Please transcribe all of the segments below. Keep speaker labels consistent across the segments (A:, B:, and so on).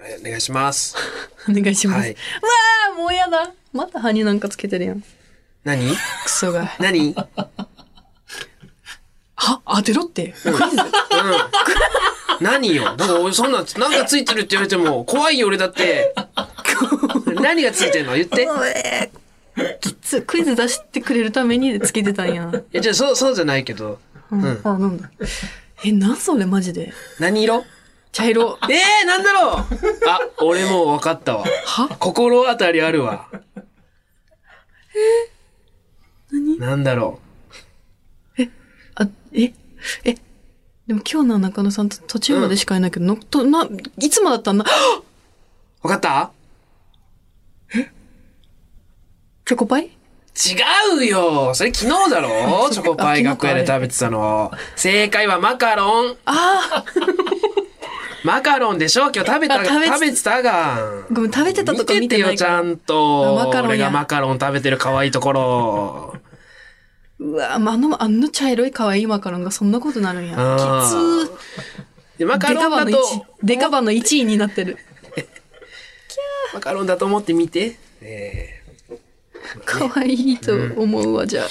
A: お願いします。
B: お願いします。
A: はいう
B: わあもうやだ。また歯になんかつけてるやん。
A: 何
B: クソが。
A: 何うん。
B: は当てろって。
A: 何よだから俺そんなん、なんかついてるって言われても、怖いよ俺だって。何がついてんの言って。
B: えーきつクイズ出してくれるためにつけてたんや。
A: え、じゃあそう、そうじゃないけど。
B: うん
A: うん
B: あ、なんだ。え、なんそれマジで。
A: 何色
B: 茶色。
A: ええー、なんだろうあ、俺もう分かったわ。
B: は
A: 心当たりあるわ。え何なんだろ
B: あ、え、え、でも今日の中野さんと途中までしかいないけど、のとな、 いつもだったんだ。はっ
A: う分かった
B: チョコパイ
A: 違うよ それ昨日だろチョコパイ
B: あ昨日
A: 学
B: か
A: 屋で食べてたの。正解はマカロン。
B: ああ、
A: マカロンでしょ今日食べた、
B: あ食
A: 食
B: べ
A: べ
B: て
A: てたがん。
B: ごめん、食べてたとか見てな
A: よ、
B: い
A: ち
B: から。
A: ゃんと。
B: あマカロンや
A: 俺がマカロン食べてる可愛いとこ ろ。
B: うわまああの、あの茶色い可愛いマカロンがそんなことなるんや。きつ
A: あー
B: ー。
A: でマカ
B: デ
A: ロ
B: カ
A: ン
B: バ
A: だ
B: の
A: と、
B: 1位、デカバの1位になってる。
A: マカロンだと思ってみて。え
B: 可愛いと思うわ、じゃあ。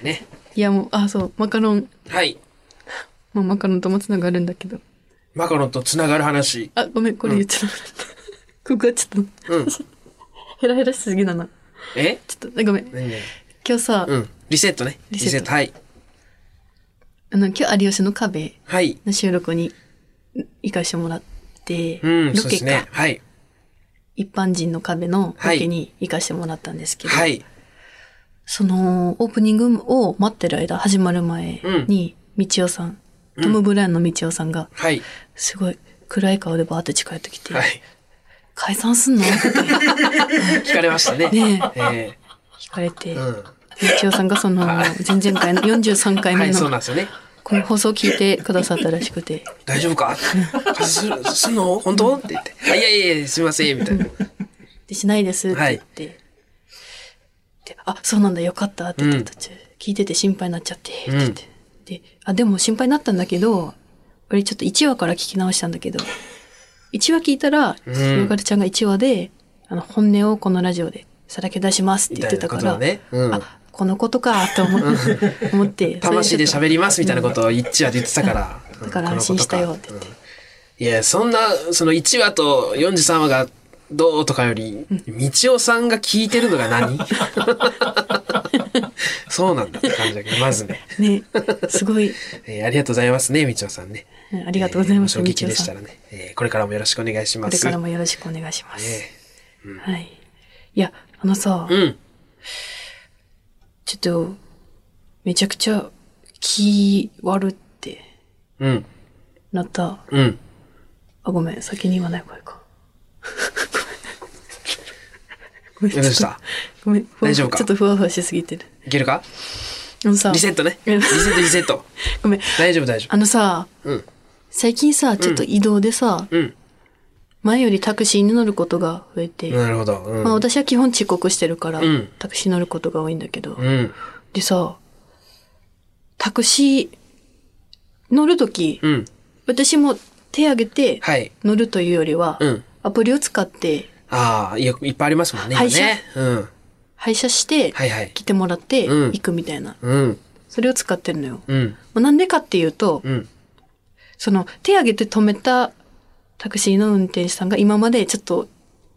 A: ー、ね。
B: いやもう、あ、そう、マカロン、
A: はい。
B: まあ、マカロンともつながるんだけど。
A: マカロンと繋がる話。
B: あ、ごめん、これ言っちゃなかった。 ここはちょっと、
A: うん。
B: ヘラヘラしすぎだな。
A: え
B: ちょっと、ごめん。
A: 何々
B: 今日さ、
A: うん。リセットね。リ
B: リセッ
A: セ
B: ト
A: ット。はい。
B: あの、今日有吉の壁
A: はい。
B: の収録にん行かしてもらって、
A: うん、
B: ロ
A: そうで
B: ケ
A: す
B: か、
A: ね。はい。
B: 一般人の壁のロ
A: はい
B: ケに行かしてもらったんですけど、
A: はい。
B: その、オープニングを待ってる間、始まる前に、みちおさん、トム・ブラウンのみちおさんが、
A: はい。
B: すごい暗い顔でバーって近寄ってきて、
A: はい。
B: 解散すんのって
A: 聞かれましたね。
B: ね
A: え
B: 聞かれて、
A: え。
B: み
A: うん。
B: ちおさんがその、前々回の43回
A: は
B: 目
A: い、そう
B: の
A: なんですよね。
B: この放送を聞いてくださったらしくて、
A: 大丈夫 か風する、すんの本当って言って。あいやいやいや、すいません、みたいな。
B: で、しないですって言って、で、あ、そうなんだ、よかったって言って途中、聞いてて心配になっちゃって、って言って、で、あ、でも心配になったんだけど、俺ちょっと1話から聞き直したんだけど、1話聞いたら、よがるちゃんが1話で、あの、本音をこのラジオでさらけ出しますっ
A: み
B: て言
A: た
B: っ
A: い
B: て
A: な
B: た
A: こ
B: か
A: と
B: ら、
A: をね。うん。
B: あ、このことかと思って、思って。。
A: 魂で喋ります、みたいなこととを一話で言ってた から。
B: だから
A: うん
B: 安心したよって。
A: こ
B: 言
A: の
B: っ
A: こ
B: て
A: とかうんいや、そんな、その1話と43話が、どうとかより、みちおさんが聞いてるのが 何そうなんだって感じだけど、まずね。
B: ね、すごい、
A: えーありがとうございますね、みちおさんね。
B: うんありがとうございます、
A: えーもしお聞
B: み
A: き
B: ちお
A: でし
B: さ
A: た
B: ん。
A: らね、えーこれからもよろしくお願いしま
B: これ
A: す。
B: からもよろしくお願いします。
A: え
B: はい。いや、あのさ
A: ー、うん。
B: ちょっと、めちゃくちゃ気悪って
A: うん。
B: なった。
A: うん。
B: あ、ごめん、先に言わない方がいいか。ごめん
A: どうした
B: ごめん、ふわ
A: 大丈夫か
B: ちょっとふわふわしすぎてる。
A: いけるか
B: あのさ、
A: リセットね。リセット、リセット。
B: ごめん、
A: 大丈夫、大丈
B: あのさ、
A: 夫。うん。
B: 最近さ、ちょっと移動でさ、
A: うん。
B: 前よりタクシーに乗ることが増えて、
A: なるほど。うん。
B: まあ私は基本遅刻してるから、
A: うん
B: タクシー乗ることが多いんだけど、
A: うん。
B: でさ、タクシー乗るとき、
A: うん。
B: 私も手挙げて
A: はい。
B: 乗るというよりは、
A: うん。
B: アプリを使って
A: ああ、いやいっぱいありますもんね、今
B: 配車
A: ね。うん。
B: 配車して、
A: はいはい。
B: 来てもらって
A: うん
B: 行くみたいな、
A: うん。
B: それを使ってるのよ。
A: うん。
B: まあな、んでかっていうと、
A: うん。
B: その手挙げて止めたタクシーの運転手さんが今までちょっと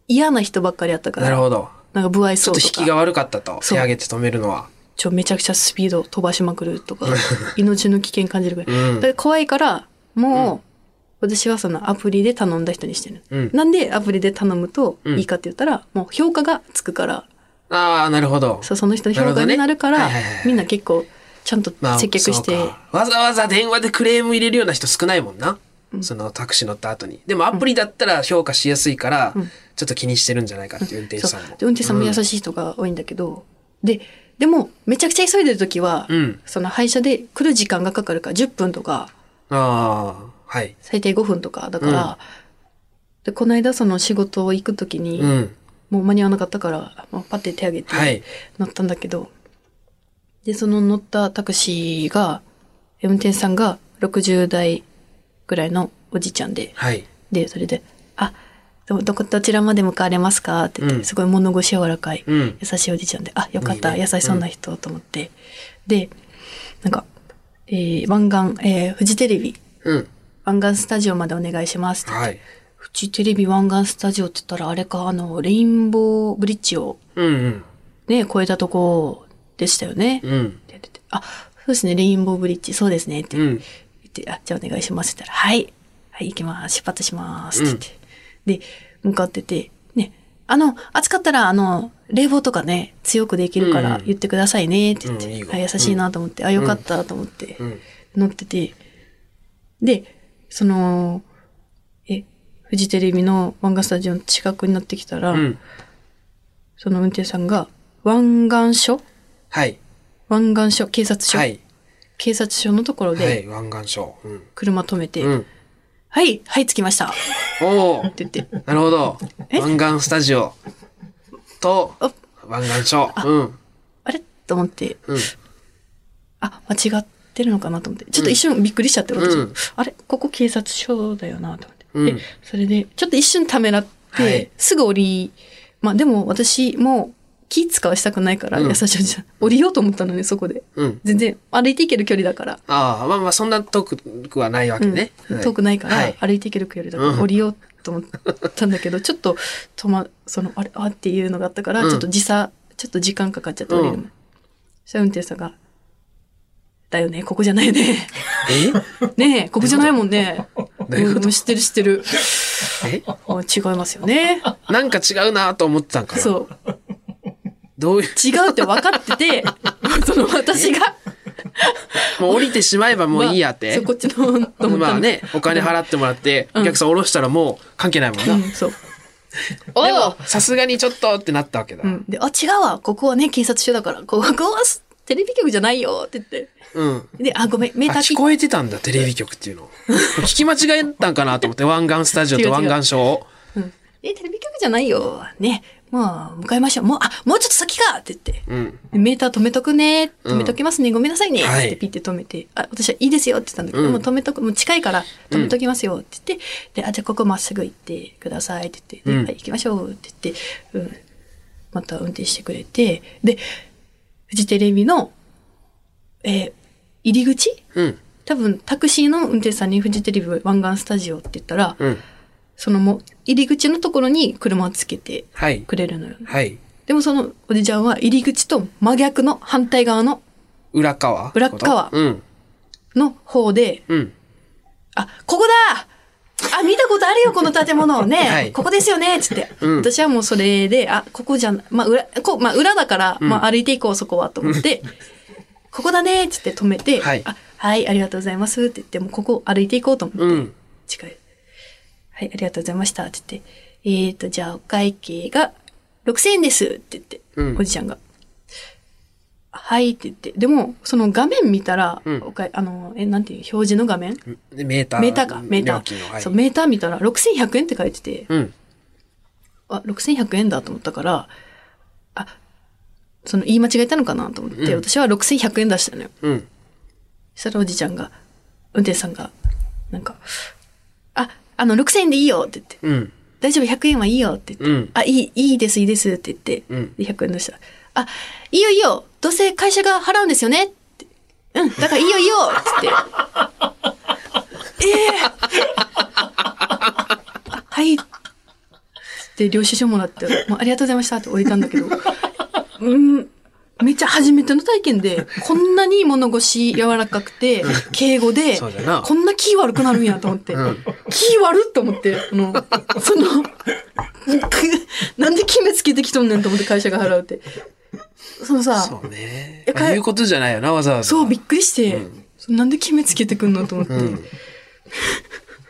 B: 嫌な人ばっかりやったか
A: なる
B: ら、
A: ほど。
B: なんか不愛
A: ちょ
B: 想
A: っと
B: と
A: 引
B: か
A: きが悪かったと。
B: そう
A: 手上げて止めるのは。
B: ちょめちゃくちゃスピード飛ばしまくる とか命の危険感じるぐらい、
A: うん
B: で怖いからもう、私はそのアプリで頼んだ人にしてる、
A: うん
B: なんでアプリで頼むと
A: うん
B: いいかって言ったら、もう評価がつくから
A: ああ、なるほど。
B: そうその人の評価になるか
A: な
B: ら
A: るほどねはいはいはい
B: みんな結構ちゃんと接客して、
A: そうかわざわざ電話でクレーム入れるような人少ないもんな、そのタクシー乗った後にでもアプリだったら評価しやすいから、ちょっと気にしてるんじゃないかっていう運転手
B: そ
A: さ
B: うん
A: も
B: で運転手さんも優しい人が多いんだけど、ででもめちゃくちゃ急いでる時は、
A: うん
B: その配車で来る時間がかかるから10分とか
A: ああはい
B: 最低5分とかだから、でこの間その仕事を行く時に、
A: うん
B: もう間に合わなかったから、まあ、パッて手挙げ
A: は
B: て
A: い
B: 乗ったんだけど、でその乗ったタクシーが運転手さんが60代ぐらいのおじちゃんで
A: はい
B: でそれで「あどどこどちらまで向かわれますかって言って、
A: うん
B: すごい物腰柔らかい、
A: うん。
B: 優しいおじいちゃんで、あ、よかった、
A: いいね
B: 優しそうな人と思って。で、なんか、えー、湾岸、えー、フジテレビ、
A: うん。
B: 湾岸スタジオまでお願いしますって。
A: はい。
B: フジテレビ湾岸スタジオって言ったら、あれか、あの、レインボーブリッジを
A: うんうん。
B: ね、越えたとこでしたよね。
A: うん。
B: って言ってあ、そうですね、レインボーブリッジ、そうですね、って
A: う
B: 言
A: ん。
B: って、あ、じゃあお願いしますって言ったら、はい、はい、行きます、出発します、って言って。で、向かってて、ね、あの、暑かったら、あの、冷房とかね、強くできるか
A: う
B: ら
A: ん
B: 言ってくださいね、って言っ
A: うんいい
B: て、
A: よ
B: あ優しいなと思って、あ、よかったと思って
A: う、ん。
B: 乗ってて。で、その、え、フジテレビの漫画スタジオの近くになってきたら、
A: うん。
B: その運転手さんが、湾岸署
A: はい。
B: 湾岸署、警察署、
A: はい。
B: 警察署のところ
A: は
B: で
A: い。湾岸省。うん。
B: 車止めて、
A: うん。
B: はい、はい、着きましたっ
A: おお。
B: て言って、
A: なるほど。
B: え
A: 湾岸スタジオと
B: あ
A: 湾岸省。うん。
B: あれと思って、
A: うん。
B: あ、間違ってるのかなと思って、ちょっと一瞬びっくりしちゃって、私、
A: うん
B: あれここ警察署だよなと思って。
A: うん
B: で、それで、ちょっと一瞬ためらって、
A: はい
B: すぐ降り、まあでも私も気使わしたくないから、
A: うん
B: 優しいおじさん降りようと思ったのね、そこで。
A: うん。
B: 全然歩いていける距離だから。
A: ああ、まあまあ、そんな遠くはないわけね。
B: うん、遠くないから、
A: はい
B: 歩いていける距離だから
A: うん
B: 降りようと思ったんだけ ど、ちょっと止まそのあれあっていうのがあったから、
A: うん
B: ちょっと時差ちょっと時間かかっちゃって降りるの、
A: うん
B: そしたら運転手さんが「だよねここじゃないね
A: え
B: ねえここじゃない もんね」
A: どういうこ
B: うん知ってる知ってる
A: え
B: もう違いますよ ね
A: なんか違うなと思ってたんかな。
B: そう
A: どういう、
B: 違うって分かって てその私が
A: もう降りてしまえばもういいやっ
B: まあ
A: て
B: そう。こっちのと思ったの
A: まあね、お金払ってもらって、お客さん降ろしたらもう関係ないもん
B: う
A: な。
B: ん
A: で
B: そう
A: も、さすがにちょっとってなったわけだ
B: う。ん、で、あ、違うわ、ここはね、警察署だから、ここはすテレビ局じゃないよって言って。
A: うん。
B: で、あ、ごめん、メー
A: あ、
B: ター切
A: 聞こえてたんだ、テレビ局っていう の。聞き間違えたんかなと思って、湾岸スタジオと湾岸省を。
B: うん。え、テレビ局じゃないよ。ね、もう、向かいましょう。もう、あ、もうちょっと先かって言って。
A: うん。
B: でメーター止めとくね。
A: うん
B: 止めときますね。ごめんなさいね。
A: はい
B: ってピッて止めて。あ、私はいいですよって言ったんだけど、
A: うん
B: もう止めとく、もう近いから止めときますよって言って、で、あ、じゃあここまっすぐ行ってくださいって言って、で
A: うん
B: はい、行きましょうって言って、うん。また運転してくれて、で、フジテレビの、えー入り口
A: うん。
B: 多分タクシーの運転手さんにフジテレビ湾岸スタジオって言ったら、
A: うん。
B: そのもう入り口のところに車をつけて
A: はい。
B: くれるのよ。
A: はい。
B: でもそのおじちゃんは入り口と真逆の反対側の、
A: 裏側
B: 裏側
A: うん。
B: の方で、
A: うん。
B: あ、ここだあ、見たことあるよ、この建物ね、
A: はい
B: ここですよねつって、
A: うん
B: 私はもうそれで、あ、ここじゃん、まあ裏、こまあ裏だから、
A: うん
B: まあ歩いていこう、そこは、と思って、ここだねつって止めて、
A: はい
B: あ、はい、ありがとうございますって言って、もうここ歩いていこうと思って、
A: うん。
B: 近い。はい、ありがとうございました。って言って、えーと、じゃあお会計が6000円ですって言って、
A: うん
B: おじちゃんが。はいって言って、でも、その画面見たら、
A: うん
B: おかいあの、え、なんていう、表示の画面
A: でメーター。
B: メーターか、メータ
A: 料金の
B: ー。
A: はい
B: そう、メーター見たら6100円って書いてて、
A: うん。
B: あ、6100円だと思ったから、あ、その言い間違えたのかなと思って、
A: うん
B: 私は6100円出したのよ。
A: うん。
B: そしたらおじちゃんが、運転手さんが、なんか、あ、あの、6000円でいいよって言って、
A: うん。
B: 大丈夫、100円はいいよって言って、
A: うん
B: あ、いい、いいです、いいですって言って、
A: うん
B: で100円出したら、あ、いいよ、いいよ、どうせ会社が払うんですよねってうん、だからいいよ、いいよって 言って、ええあはい。で、領収書もらって、もうありがとうございましたって降りたんだけど、うん、めっちゃ初めての体験で、こんなに物腰柔らかくて、敬語で、
A: そうだな
B: こんな気悪くなるんやと思って、
A: うん
B: 気悪っと思って、あの、その、くなんで決めつけてきとんねんと思って会社が払うって。そのさ、
A: そうね
B: え。かえ
A: 言うことじゃないよな、わざわざ。
B: そう、びっくりして、そのなんで決めつけてくんのと思って、
A: うん。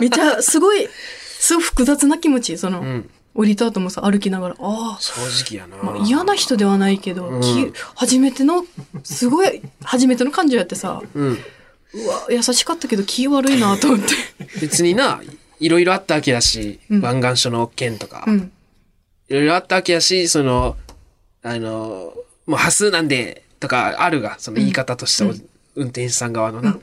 B: めっちゃすごい、すごい複雑な気持ち、その、
A: うん。
B: 降りた後もさ、歩きながら、ああ、
A: 正直やな。
B: まあ、嫌な人ではないけど、
A: うん
B: き初めての、すごい、初めての感情やってさ、
A: うん。
B: うわ、優しかったけど気悪いなと思って。
A: 別にな、いろいろあったわけだし、
B: うん
A: 湾岸署の件とか
B: う、ん。
A: いろいろあったわけやし、その、あの、もう端数なんで、とかあるが、その言い方としては、運転手さん側のな。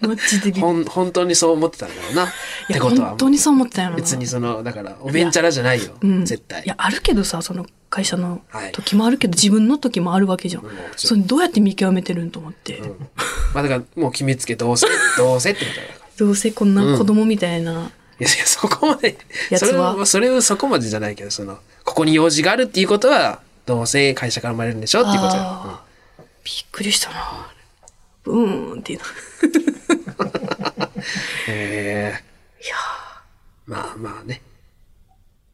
B: マジでびっくり
A: ほん本当にそう思ってたんだろうな。っ
B: い
A: て
B: や、
A: ことは
B: 本当にそう思ってたよな。
A: 別にそのだからおべんちゃらじゃないよ、
B: うん、
A: 絶対
B: いや、あるけどさ、その会社の
A: はい
B: 時もあるけど、自分の時もあるわけじゃん。
A: もち
B: そ
A: ろ
B: れどうやって見極めてるんと思って。
A: うんまあだからもう決めつけどう せどうせってことだから
B: どうせこんな子供みたいな、
A: いやいやそこまで
B: やつ
A: そ
B: は
A: れはそれはそこまでじゃないけどそのここに用事があるっていうことはどうせ会社から生まれるんでしょっていうことだよ、うん
B: あーびっくりしたな。ブーンっていうの。
A: へえ
B: いやー
A: まあまあね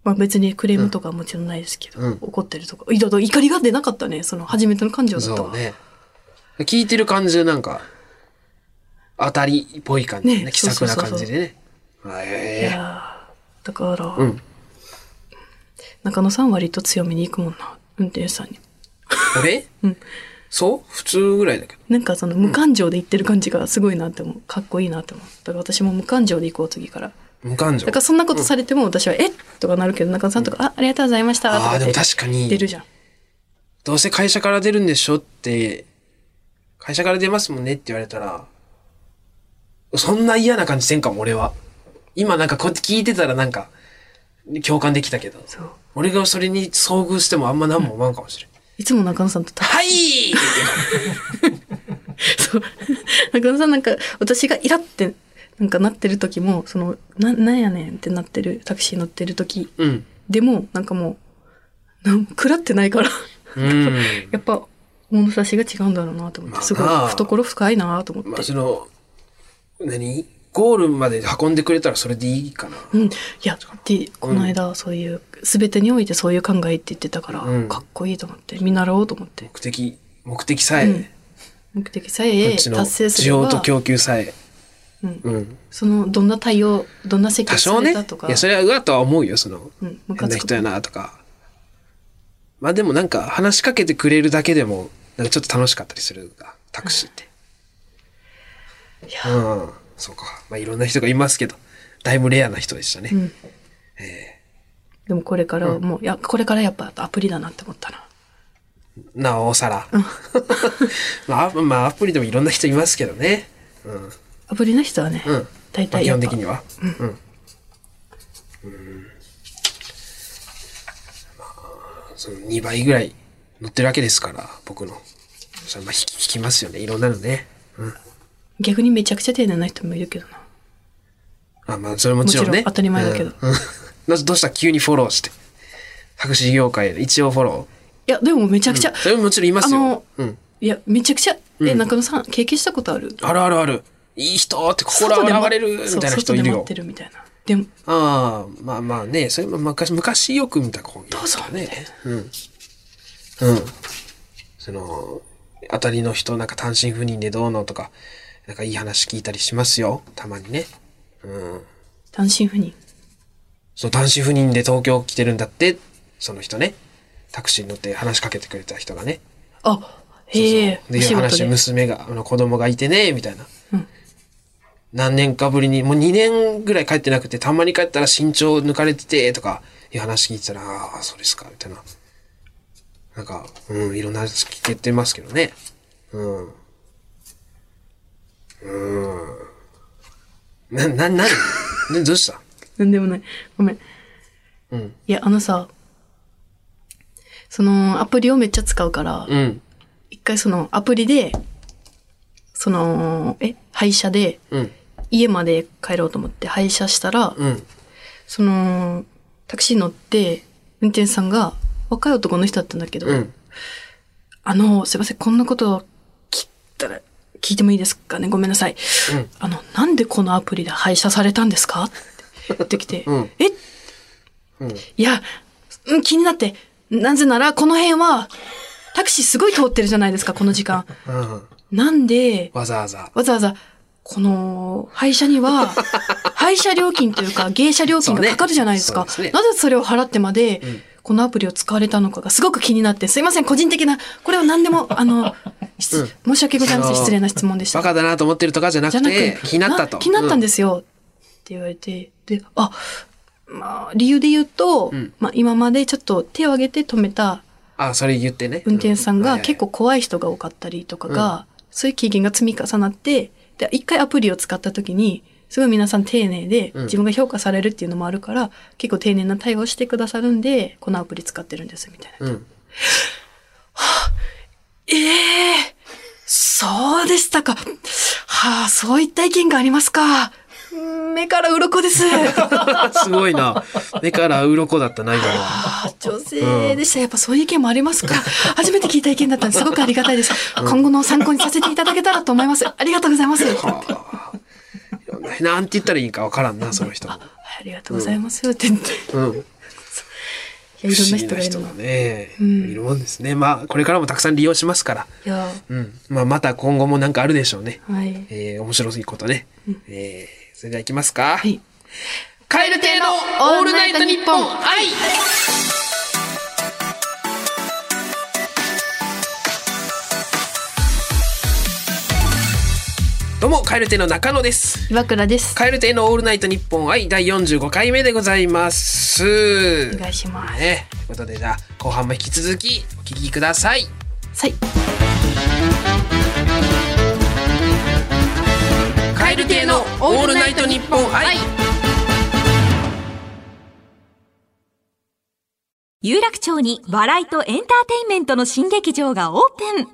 B: まあ別にクレームとかはもちろんないですけど、
A: うん
B: 怒ってるとか。いやだから怒りが出なかったね。その初めての感情だった
A: そう
B: わ。
A: ね聞いてる感じでなんか当たりっぽい感じね
B: ね
A: 気さくな感じでねあ
B: い
A: え
B: やーだから、
A: えうん
B: 中野さん割と強めに行くもんな。運転手さんに。
A: 俺、
B: うん
A: そう普通ぐらいだけど
B: なんかその無感情で言ってる感じがすごいなって思う。かっこいいなって思う。だから私も無感情で行こう次から。
A: 無感情
B: だからそんなことされても私は、えっとかなるけど、中野さんとか、あ、ありがとうございましたと
A: あ
B: か
A: あ
B: っ
A: でも
B: て
A: 確かに
B: 出るじゃん。
A: どうせ会社から出るんでしょって、会社から出ますもんねって言われたら、そんな嫌な感じせんかも、俺は。今なんかこうやって聞いてたらなんか、共感できたけど、
B: そう。
A: 俺がそれに遭遇してもあんま何も思わんかもしれん。
B: いつも中野さんとた
A: はい
B: そう。 中野さんなんか、私がイラって、なんかなってる時も、その、な、なんやねんってなってる、タクシー乗ってる時
A: うん。
B: でも、なんかもう、なん、食らってないから、
A: うん。
B: やっぱ、物差しが違うんだろうなと思っ
A: まあ
B: て、すごい
A: なあ、
B: 懐深いなと思って。
A: まあその、何ゴールまで運んでくれたらそれでいいかな。
B: うん。いや、で、この間、そういう、すべてにおいてそういう考えって言ってたから、
A: うん
B: かっこいいと思って、見習おうと思って。
A: 目的、目的さえ、
B: うん目的さ
A: こ
B: え
A: っち
B: 達
A: の
B: 成す
A: 需
B: れば
A: 要、と供給さえ、
B: うん、
A: うん。
B: その、どんな対応、どんな席
A: 多
B: を
A: 少
B: さ
A: ね。
B: れたとか、
A: いや、それはうわとは思うよ、その、
B: うん、ムカ
A: 変な
B: つく
A: 人やなとか。まあでもなんか話しかけてくれるだけでも、なんかちょっと楽しかったりするが、タクシーって。
B: いや
A: うん。そうか。まあいろんな人がいますけど、だいぶレアな人でしたね。
B: うん
A: え
B: でもこれからはもう、いや、これからやっぱアプリだなって思ったな。
A: ーなおさら。 まあ、アまあアプリでもいろんな人いますけどね。うん。
B: アプリの人はね、
A: うん。
B: 大
A: まあ
B: 体
A: 基
B: やっ
A: 本
B: ぱ
A: 的には。うん。うん。まあ、その2倍ぐらい乗ってるわけですから、僕の。それまあ引き引きますよね。いろんなのね。うん。
B: 逆にめちゃくちゃ丁寧な人もいるけどな。
A: あまあ、それもちろんね。
B: もちろん当たり前だけど
A: うん。うんなどうした急にフォローして。博士業界で一応フォロ
B: いや、でもめちゃくちゃ、
A: ー。それももちろんいます
B: あ
A: よ
B: の。
A: うん。
B: いや、めちゃくちゃ、え、中野さん、経験したことある
A: あるあるある。いい人って心
B: 外で
A: 現
B: ま
A: れるみたいな
B: そう
A: 人いる
B: 外で待っ
A: よ
B: て。るみたいな。でも、
A: ああ、まあまあね、それも昔、昔よく見た光景だったね。うん。うん。その、当たりの人、なんか単身赴任でどうのとか、なんかいい話聞いたりしますよ。たまにね。うん。
B: 単身赴任。
A: そう、単身赴任で東京来てるんだって、その人ね。タクシーに乗って話しかけてくれた人がね。
B: あ、へえ、
A: そうそうで、話、娘が、あの子供がいてね、みたいな。
B: うん
A: 何年かぶりに、もう2年ぐらい帰ってなくて、たまに帰ったら身長抜かれてて、とか、いう話聞いてたら、ああ、そうですか、みたいな。なんか、うん、いろんな話聞けてますけどね。うん。うん。な、な、 な、などうした
B: なんでもない。ごめん。
A: うん。
B: いや、あのさ、その、アプリをめっちゃ使うから、
A: うん。
B: 一回その、アプリで、その、え、廃車で、
A: うん。
B: 家まで帰ろうと思って配車したら、
A: うん。
B: その、タクシー乗って、運転手さんが、若い男の人だったんだけど、
A: うん。
B: あの、すいません、こんなことを聞いたら、聞いてもいいですかねごめんなさい。
A: うん
B: あの、なんでこのアプリで配車されたんですかって言ってきて、
A: うん
B: え
A: うん。
B: いや、うん気になって、なぜなら、この辺は、タクシーすごい通ってるじゃないですか、この時 間。
A: うん。
B: なんで、
A: わざわざ。
B: わざわざ、この、廃車 には、廃車料金というか、芸者料金がかかるじゃないですか。
A: そうねそうですね
B: なぜそれを払ってまで、
A: ん
B: このアプリを使われたのかがすごく気になって、すいません、個人的な、これは何 でも、あの、失申し訳ございません、失礼な質問でした
A: バ。カだなと思ってるとかじゃなくて、気になったと。
B: 気になったんですよ、って言われて、で、あ、まあ、理由で言うと、
A: うん
B: まあ、今までちょっと手を挙げて止めた
A: あ、それ言ってね。
B: 運転手さん
A: う
B: が結構怖い人が多かったりとかが、そういう経験が積み重なって、で、一回アプリを使った時に、すごい皆さん丁寧で、
A: うん
B: 自分が評価されるっていうのもあるから、結構丁寧な対応してくださるんで、このアプリ使ってるんです、みたいな。
A: うん。
B: ええそうでしたか。はあ、そういった意見がありますか。目から 鱗です。
A: すごいな。目から鱗だったな、今のは。
B: あ女性でした。やっぱそういう意見もありますか。初めて聞いた意見だったんですごくありがたいです。今後の参考にさせていただけたらと思います。ありがとうございます。あ
A: あーいろんななんて言ったらいいんかわからんな、その人も。
B: りがとうございます。って言って。い
A: うん。
B: や、
A: 不
B: いろん
A: 思
B: な
A: 議な
B: 人がいる
A: 人
B: の
A: が。ね、
B: うん
A: いるもんですね。まあ、これからもたくさん利用しますから。
B: いや、
A: うん。まあ、また今後もなんかあるでしょうね。
B: はい。
A: えー、面白いことね。えー、それではいきますか。
B: はい。
A: カエル亭のオールナイトニッポン愛どうも、カエル亭の中野です。
B: 岩倉です。
A: カエル亭のオールナイトニッポン愛第45回目でございます。
B: お願いします。
A: ね、ということで、じゃあ、後半も引き続きお聞きください。
B: はい。
A: カエル亭のオールナイトニッポン愛
C: 有楽町に笑いとエンターテインメントの新劇場がオープン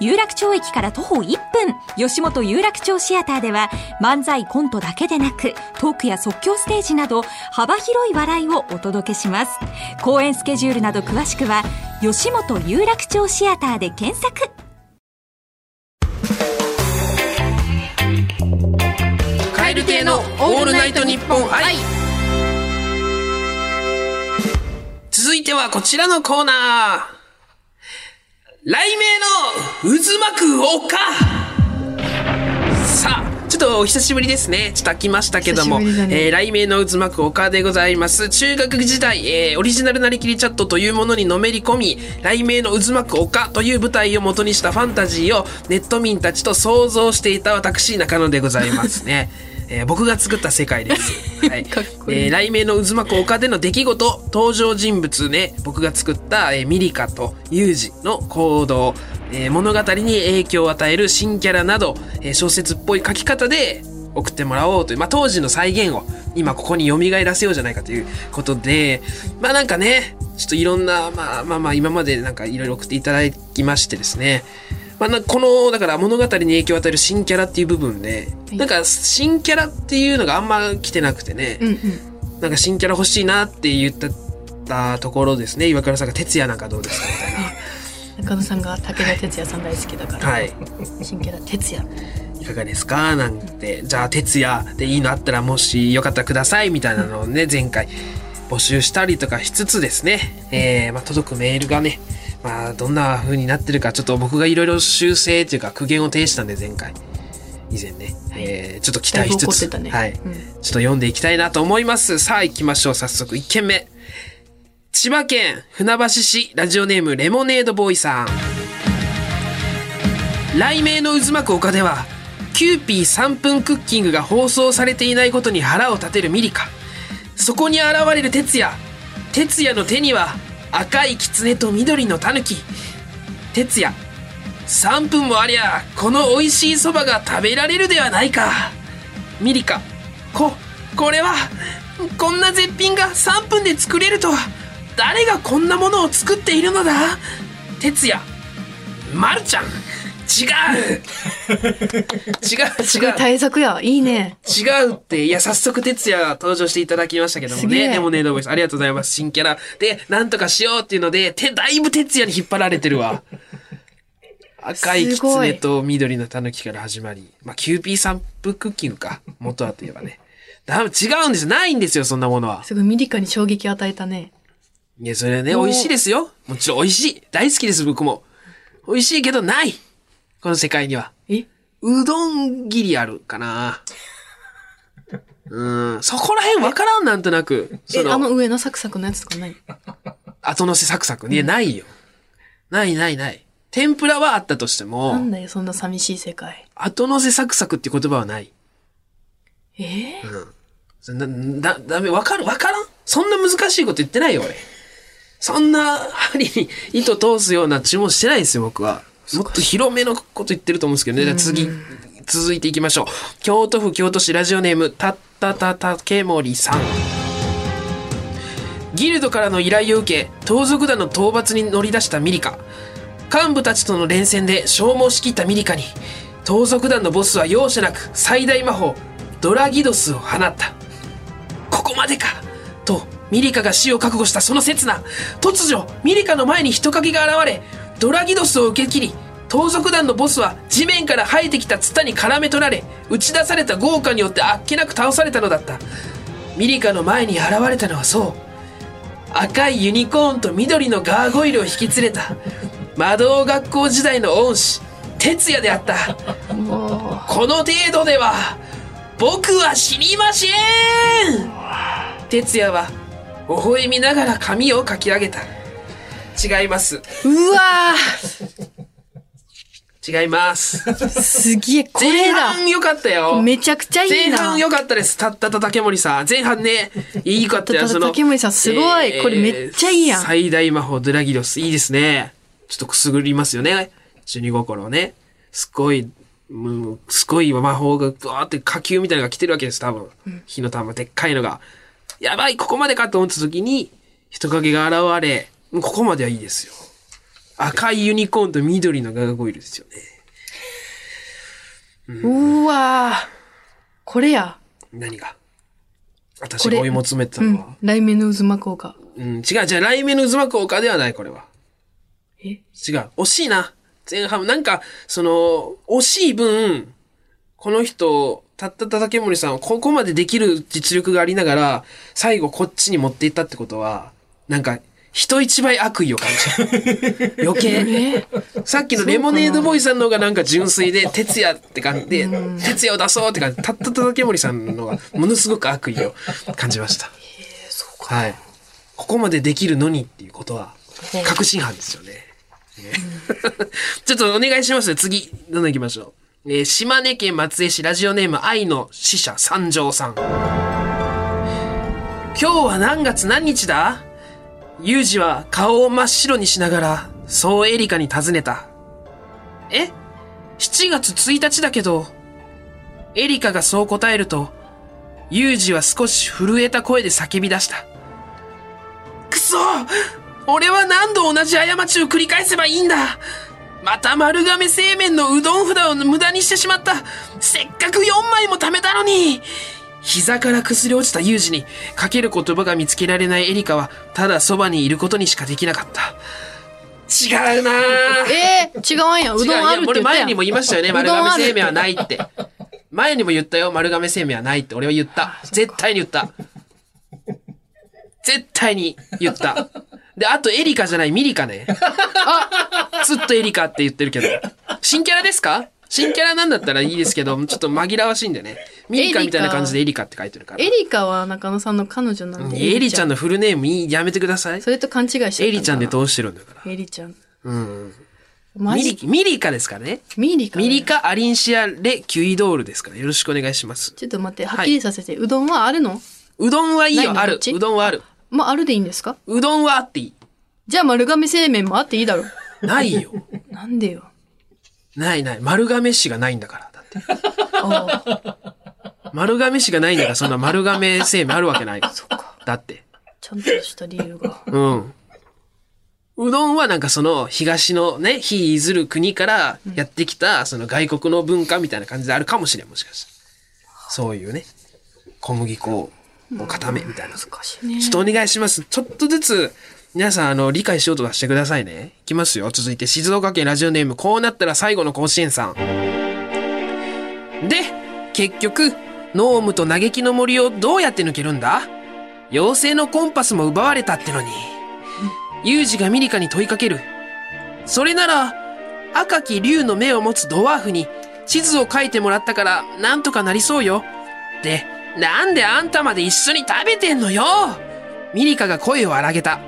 C: 有楽町駅から徒歩1分吉本有楽町シアターでは漫才コントだけでなくトークや即興ステージなど幅広い笑いをお届けします公演スケジュールなど詳しくは吉本有楽町シアターで検索
A: カエル亭のオールナイトニッポン愛続いてはこちらのコーナー。雷鳴の渦巻く丘さあ、ちょっとお久しぶりですね。ちょっと飽きましたけども。
B: 久しぶりだね
A: えー雷鳴の渦巻く丘でございます。中学時代、えーオリジナルなりきりチャットというものにのめり込み、雷鳴の渦巻く丘という舞台を元にしたファンタジーをネット民たちと想像していた私、中野でございますね。えー僕が作った世界です。はい。
B: かっこいい
A: えー雷鳴の渦巻く丘での出来事、登場人物ね、僕が作った、えーミリカとユージの行動、えー物語に影響を与える新キャラなど、えー小説っぽい書き方で送ってもらおうという、まあ、当時の再現を今ここに蘇らせようじゃないかということで、まあなんかね、ちょっといろんな、まあまあまあ今までなんかいろいろ送っていただきましてですね、まあ、なこの、だから物語に影響を与える新キャラっていう部分で、
B: はい
A: なんか新キャラっていうのがあんま来てなくてね、
B: うんうん。
A: なんか新キャラ欲しいなって言ったところですね岩倉さんが「徹夜なんかどうですか?」 みたい
B: 中野さんが武田鉄矢さん大好きだから。
A: な「はい、
B: 新キャラ鉄矢。
A: いかがですか?」なんて「じゃあ徹夜でいいのあったらもしよかったらください」みたいなのをね前回募集したりとかしつつですね、えーまあ、届くメールがね、まあ、どんな風になってるかちょっと僕がいろいろ修正というか苦言を呈したんで前回以前ね、
B: はい
A: えーちょっと期待しつ
B: だいぶ怒って
A: つ、
B: たね
A: はい
B: うん
A: ちょっと読んでいきたいなと思いますさあ行きましょう早速1件目千葉県船橋市ラジオネームレモネードボーイさん雷鳴の渦巻く丘ではキューピー3分クッキングが放送されていないことに腹を立てるミリカそこに現れる哲也哲也の手には赤い狐と緑の狸哲也3分もありゃこの美味しいそばが食べられるではないかミリカここれはこんな絶品が3分で作れるとは誰がこんなものを作っているのだ哲也まるちゃん違う
B: す
A: 違う
B: ご
A: 違
B: いう対策や。いいね。
A: 違うって、いや、早速、哲也が登場していただきましたけども
B: すげえ
A: ね。レモネードボイス、ありがとうございます。新キャラ。で、なんとかしようっていうので、て、だいぶ哲也に引っ張られてる わ。赤い
B: すご
A: 狐
B: い
A: と緑の狸から始まり。まあ、キューピーサンプクッキングか。元はといえばね。だ違うんですよ。ないんですよ、そんなものは。
B: すごいミリカに衝撃与えたね。
A: いや、それはね、
B: お
A: 美味しいですよ。もちろん美味しい。大好きです、僕も。美味しいけど、ない。この世界には。
B: え
A: うどん切りあるかな。うん。そこら辺わからん、なんとなく。そ
B: え、あ
A: の、
B: の上のサクサクのやつとかない
A: 後乗せサクサク。いや、ないよ。ないないない。天ぷらはあったとして
B: な
A: も
B: ん、だよ、そんな寂しい世界。
A: 後乗せサクサクって言葉はない。
B: えー
A: そんな、だ、だめ、わかる、わからんそんな難しいこと言 ってないよ、俺。そんな針に糸通すような注文してないですよ、僕は。もっと広めのこと言ってると思うんですけどね。じゃあ次、続いていきましょう。京都府京都市ラジオネーム、たったたたけもりさん。ギルドからの依頼を受け、盗賊団の討伐に乗り出したミリカ。幹部たちとの連戦で消耗しきったミリカに、盗賊団のボスは容赦なく最大魔法、ドラギドスを放った。ここまでかと、ミリカが死を覚悟したその刹那、突如、ミリカの前に人影が現れ、ドラギドスを受け切り、盗賊団のボスは地面から生えてきたツタに絡め取られ、打ち出された豪華によってあっけなく倒されたのだった。ミリカの前に現れたのはそう、赤いユニコーンと緑のガーゴイルを引き連れた魔導学校時代の恩師哲也であったこの程度では僕は死にましぇん哲也は微笑みながら髪をかき上げた違います
B: うわ
A: 違い ます
B: ーすげえ、こ
A: 前
B: れだ
A: 半良かったよ
B: めちゃくちゃいい
A: 前
B: な
A: 半良かったですたったた竹森さん前半 ねいいかったよ
B: たったた
A: その
B: 竹森さんすごいこれめっちゃいいやん
A: 最大魔法ドラギドスいいですねちょっとくすぐりますよね死に心をねすごいうんすごい魔法がぶわーって火球みたいなのが来てるわけです多分火の玉でっかいのがやばいここまでかと思った時に人影が現れここまではいいですよ赤いユニコーンと緑のガガゴイルですよね
B: うわこれや。
A: 何が
B: こ
A: 私
B: れ
A: が追い求めてた
B: う
A: の
B: ん
A: は。
B: 雷鳴の渦巻こうが。
A: うん、違う違う、来年の渦巻く丘ではない、これは。
B: え
A: 違う。惜しいな。前半、なんか、その、惜しい分、この人、たったた竹森さんはここまでできる実力がありながら、最後こっちに持っていったってことは、なんか、人一倍悪意を感じ る。余計。
B: え
A: さっきのレモネードボーイさんの方がなんか純粋で、哲也って感じで、哲也を出そうって感じ、たったた竹森さんの方がものすごく悪意を感じました。そうか。はい。ここまでできるのにっていうことは、確信犯ですよね。 ねちょっとお願いしますよ。次、どんどん行きましょう。えー島根県松江市ラジオネーム愛の使者三条さん。今日は何月何日だユージは顔を真っ白にしながら、そうエリカに尋ねた。え ?7 月1日だけど。エリカがそう答えると、ユージは少し震えた声で叫び出した。くそ俺は何度同じ過ちを繰り返せばいいんだまた丸亀製麺のうどん札を無駄にしてしまったせっかく4枚も貯めたのに膝から崩れ落ちたユージにかける言葉が見つけられないエリカはただそばにいることにしかできなかった。違うなぁ。
B: えー違うんや。うどんあるっ
A: 違ういや俺
B: て言った
A: 前
B: やん。
A: にも言いましたよね。
B: うどん
A: 丸
B: ある
A: 亀製麺はないって。前にも言ったよ。丸亀製麺はないって。俺は言った。絶対に言った。絶対に言った。で、あとエリカじゃない、ミリカね。ずっとエリカって言ってるけど。新キャラですか新キャラなんだったらいいですけど、ちょっと紛らわしいんでね。ミリカみたいな感じでエリカって書いてるから。
B: エリカは中野さんの彼女なんで。
A: エリちゃんのフルネームいいやめてください。
B: それと勘違いしてた
A: エリちゃんで
B: と。
A: 通してるんだから。
B: エリちゃん。うん。マ
A: ミ
B: ジ
A: リ、ミリカですからね。
B: ミリカ。
A: ミリ。カ・アリンシア・レ・キュイドールですから、よろしくお願いします。
B: ちょっと待って、はっきりさせて。うどんはあるの
A: うどんはいいよ、
B: ないの
A: ある
B: どっち。
A: うどんはある。
B: まあ、あるでいいんですか
A: うどんはあっていい。
B: じゃあ丸亀製麺もあっていいだろう。
A: ない よ。
B: なんでよ。
A: ないない。丸亀市がないんだから。だって
B: ああ、
A: 丸亀市がないんだから、そんな丸亀製麺あるわけ ない。だって。
B: ちゃんとした理由が。
A: うん。うどんはなんかその東のね、非いずる国からやってきたその外国の文化みたいな感じであるかもしれん、もしかしたら。そういうね、小麦粉を固めみたいな。
B: 難しいね。
A: ちょっとお願いします。ちょっとずつ、皆さん、あの、理解しようとはしてくださいね。いきますよ。続いて、静岡県ラジオネーム、こうなったら最後の甲子園さん。で、結局、ノームと嘆きの森をどうやって抜けるんだ妖精のコンパスも奪われたってのに。ユージがミリカに問いかける。それなら、赤き竜の目を持つドワーフに地図を書いてもらったからなんとかなりそうよ。で、なんであんたまで一緒に食べてんのよミリカが声を荒げた。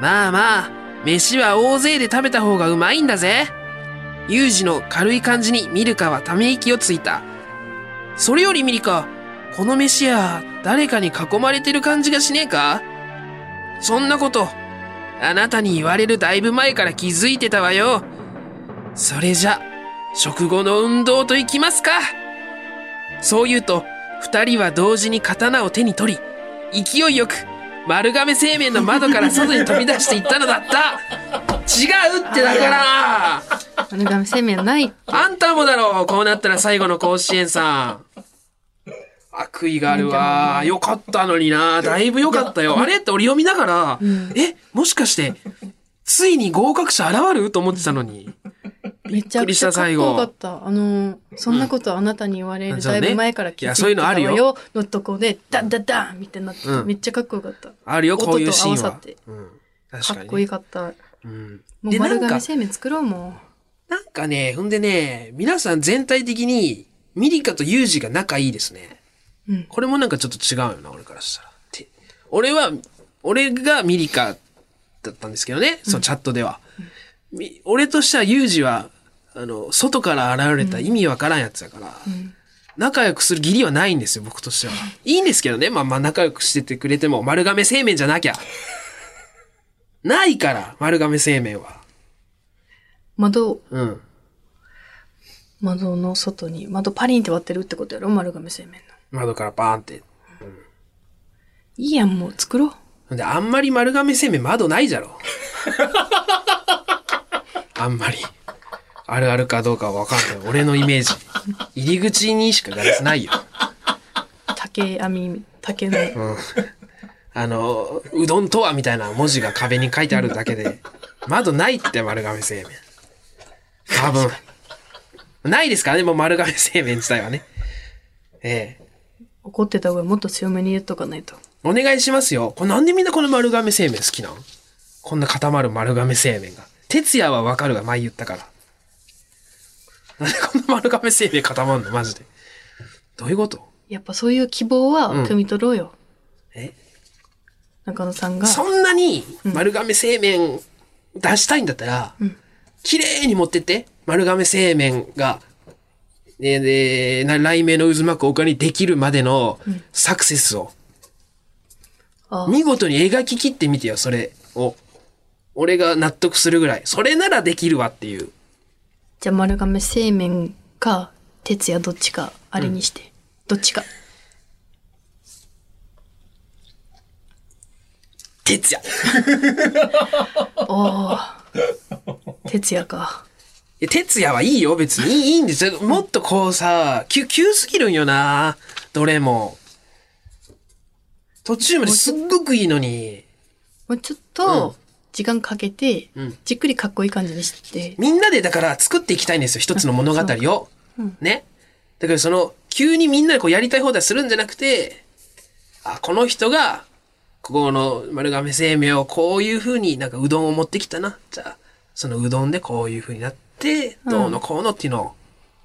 A: まあまあ、飯は大勢で食べた方がうまいんだぜ。ユージの軽い感じにミルカはため息をついた。それよりミリカ、この飯や誰かに囲まれてる感じがしねえかそんなこと、あなたに言われるだいぶ前から気づいてたわよ。それじゃ、食後の運動といきますか。そう言うと、二人は同時に刀を手に取り、勢いよく、丸亀製麺の窓から外に飛び出していったのだ った。違うってだから
B: 丸亀製麺ない。
A: あんたもだろうこうなったら最後の甲子園さん。悪意があるわ。よかったのにな。だいぶよかったよ。あれって俺読みながら、え、もしかして、ついに合格者現ると思ってたのに。
B: めちゃくちゃかっこよかった。あの、そんなことあなたに言われ
A: うん
B: る、
A: そう
B: だ
A: ね
B: いぶ前から気づい
A: いやそうい
B: て
A: うの
B: た
A: あ
B: わ
A: るよ
B: よ、のとこで、ダンダンダンみたいになって、
A: うん
B: めっちゃかっこよかった。
A: あるよ、こういうシーン
B: 音と合
A: は
B: わさって。
A: うん、
B: か
A: 確か
B: っ
A: に
B: こ
A: ね、
B: よかった。
A: うん。
B: も
A: で
B: う
A: なん
B: 丸
A: か
B: 亀製麺作ろうもん。
A: なんかね、ほんでね、皆さん全体的に、ミリカとユージが仲いいですね。
B: うん
A: これもなんかちょっと違うよな、俺からしたら。て俺は、俺がミリカだったんですけどね、そのチャットでは。み俺としてはユージは、あの、外から現れた意味わからんやつだから、仲良くする義理はないんですよ、僕と しては。いいんですけどね、まあまあ仲良くしててくれても、丸亀製麺じゃな きゃ。ないから、丸亀製麺は。
B: 窓、
A: うん。
B: 窓の外に、窓パリンって割ってるってことやろ丸亀製麺の。
A: 窓からバーンって。
B: いいやん、もう作ろう。
A: ほんで、あんまり丸亀製麺窓ないじゃろ。あんまり。あるあるかどうかはわかんない。俺のイメージ。入り口にしかガラスないよ。
B: 竹網、竹の。
A: あの、うどんとはみたいな文字が壁に書いてあるだけで、窓ないって丸亀製麺。多分。ないですからね、もう丸亀製麺自体はね。ええ
B: 怒ってた方がもっと強めに言っとかないと。
A: お願いしますよ。これなんでみんなこの丸亀製麺好きなんこんな固まる丸亀製麺が。哲也はわかるが前言ったから。なんでこんな丸亀製麺固まんのマジで。どういうこと
B: やっぱそういう希望は汲み取ろうよ。
A: え
B: 中野さんが。
A: そんなに丸亀製麺出したいんだったら、綺麗に持ってって、丸亀製麺が、ねで、な雷鳴の渦巻く丘にできるまでのサクセスを、
B: あ
A: 見事に描き切ってみてよ、それを。俺が納得するぐらい。それならできるわっていう。
B: じゃあ丸亀製麺か、哲也どっちか、あれにして。ど っちか。
A: 哲也。
B: おお。哲也か。
A: いや哲也はいいよ、別に。いいいいんですよ。もっとこうさ、急、急すぎるんよな。どれも。途中まですっごくいいのに。
B: もうちょっと、時間かけて、
A: ん
B: じっくりかっこいい感じにして。
A: みんなでだから作っていきたいんですよ、一つの物語を。ね。だからその、急にみんなでこうやりたい放題するんじゃなくて、あ、この人が、ここの丸亀製麺をこういう風になんかうどんを持ってきたな。じゃあ、そのうどんでこういう風になって、どうのこうのっていうのを、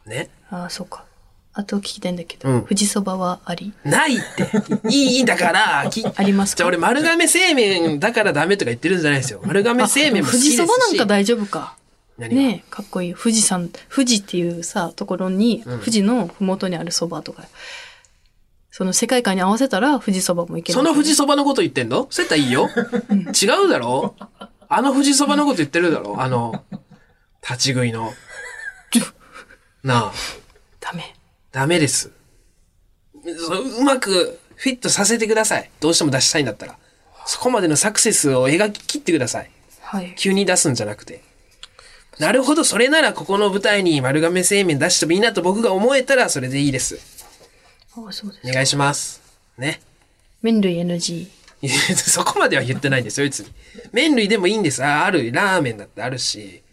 A: ね。
B: ああ、そうか。あと聞きたいんだけど、
A: うん
B: 富士そばはあり
A: ないって。いい、だから、き
B: ありますか
A: じゃあ俺丸亀製麺だからダメとか言ってるんじゃないですよ。丸亀製麺も好き
B: 富
A: です
B: 士
A: し。
B: そばなんか大丈夫か。
A: 何が
B: ねえ、かっこいい。富士山、富士っていうさ、ところに、富士のふもとにあるそばとか。その世界観に合わせたら富士そばもいける。
A: その富士そばのこと言ってんのそうやったらいいよ。違うだろあの富士そばのこと言ってるだろあの、立ち食いの。なあ、
B: ダメ。
A: ダメです。そううまくフィットさせてください。どうしても出したいんだったら。そこまでのサクセスを描き切ってください。
B: はい。
A: 急に出すんじゃなくて。なるほど、それならここの舞台に丸亀製麺出してみんなと僕が思えたらそれでいいです。
B: ああ、そうです。
A: お願いします。ね。
B: 麺類 NG。
A: いやそこまでは言ってないんですよ、別に。麺類でもいいんです。あある、ラーメンだってあるし、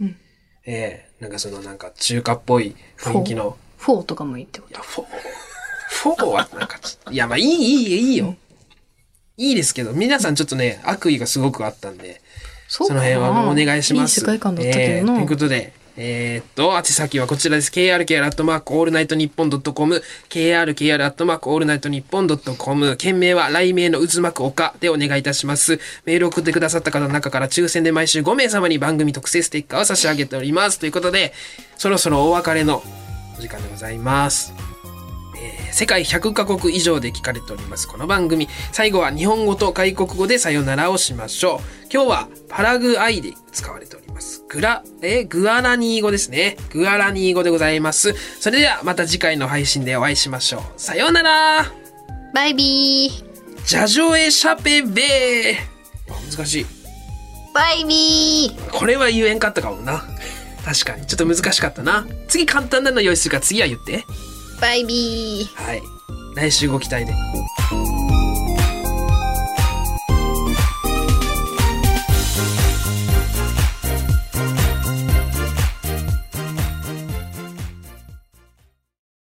A: ええなんかそのなんか中華っぽい雰囲気の。
B: フォーとかもいいってこ
A: い
B: と。
A: や、フォー、フォーはなんかちょ、いや、まあいい、いいよ、いいよ。いいですけど、皆さんちょっとね、悪意がすごくあったんで、
B: そ
A: その辺はもうお願いします。
B: いい世界観だったけどな。
A: ええということで、えーっと、宛先はこちらです。krkr.allnightnippon.com、krkr.allnightnippon.com、件名は雷鳴の渦巻く丘でお願いいたします。メールを送ってくださった方の中から抽選で毎週5名様に番組特製ステッカーを差し上げております。ということで、そろそろお別れのお時間でございます。えー世界100カ国以上で聞かれておりますこの番組最後は日本語と外国語でさよならをしましょう今日はパラグアイで使われておりますグラえグアラニー語ですねグアラニー語でございますそれではまた次回の配信でお会いしましょうさようなら
B: バイビー
A: ジャジョエシャペベーあ難しい
B: バイビー
A: これは言えんかったかもな確かにちょっと難しかったな次簡単なの用意するから次は言って
B: バイビー
A: はい来週ご期待で、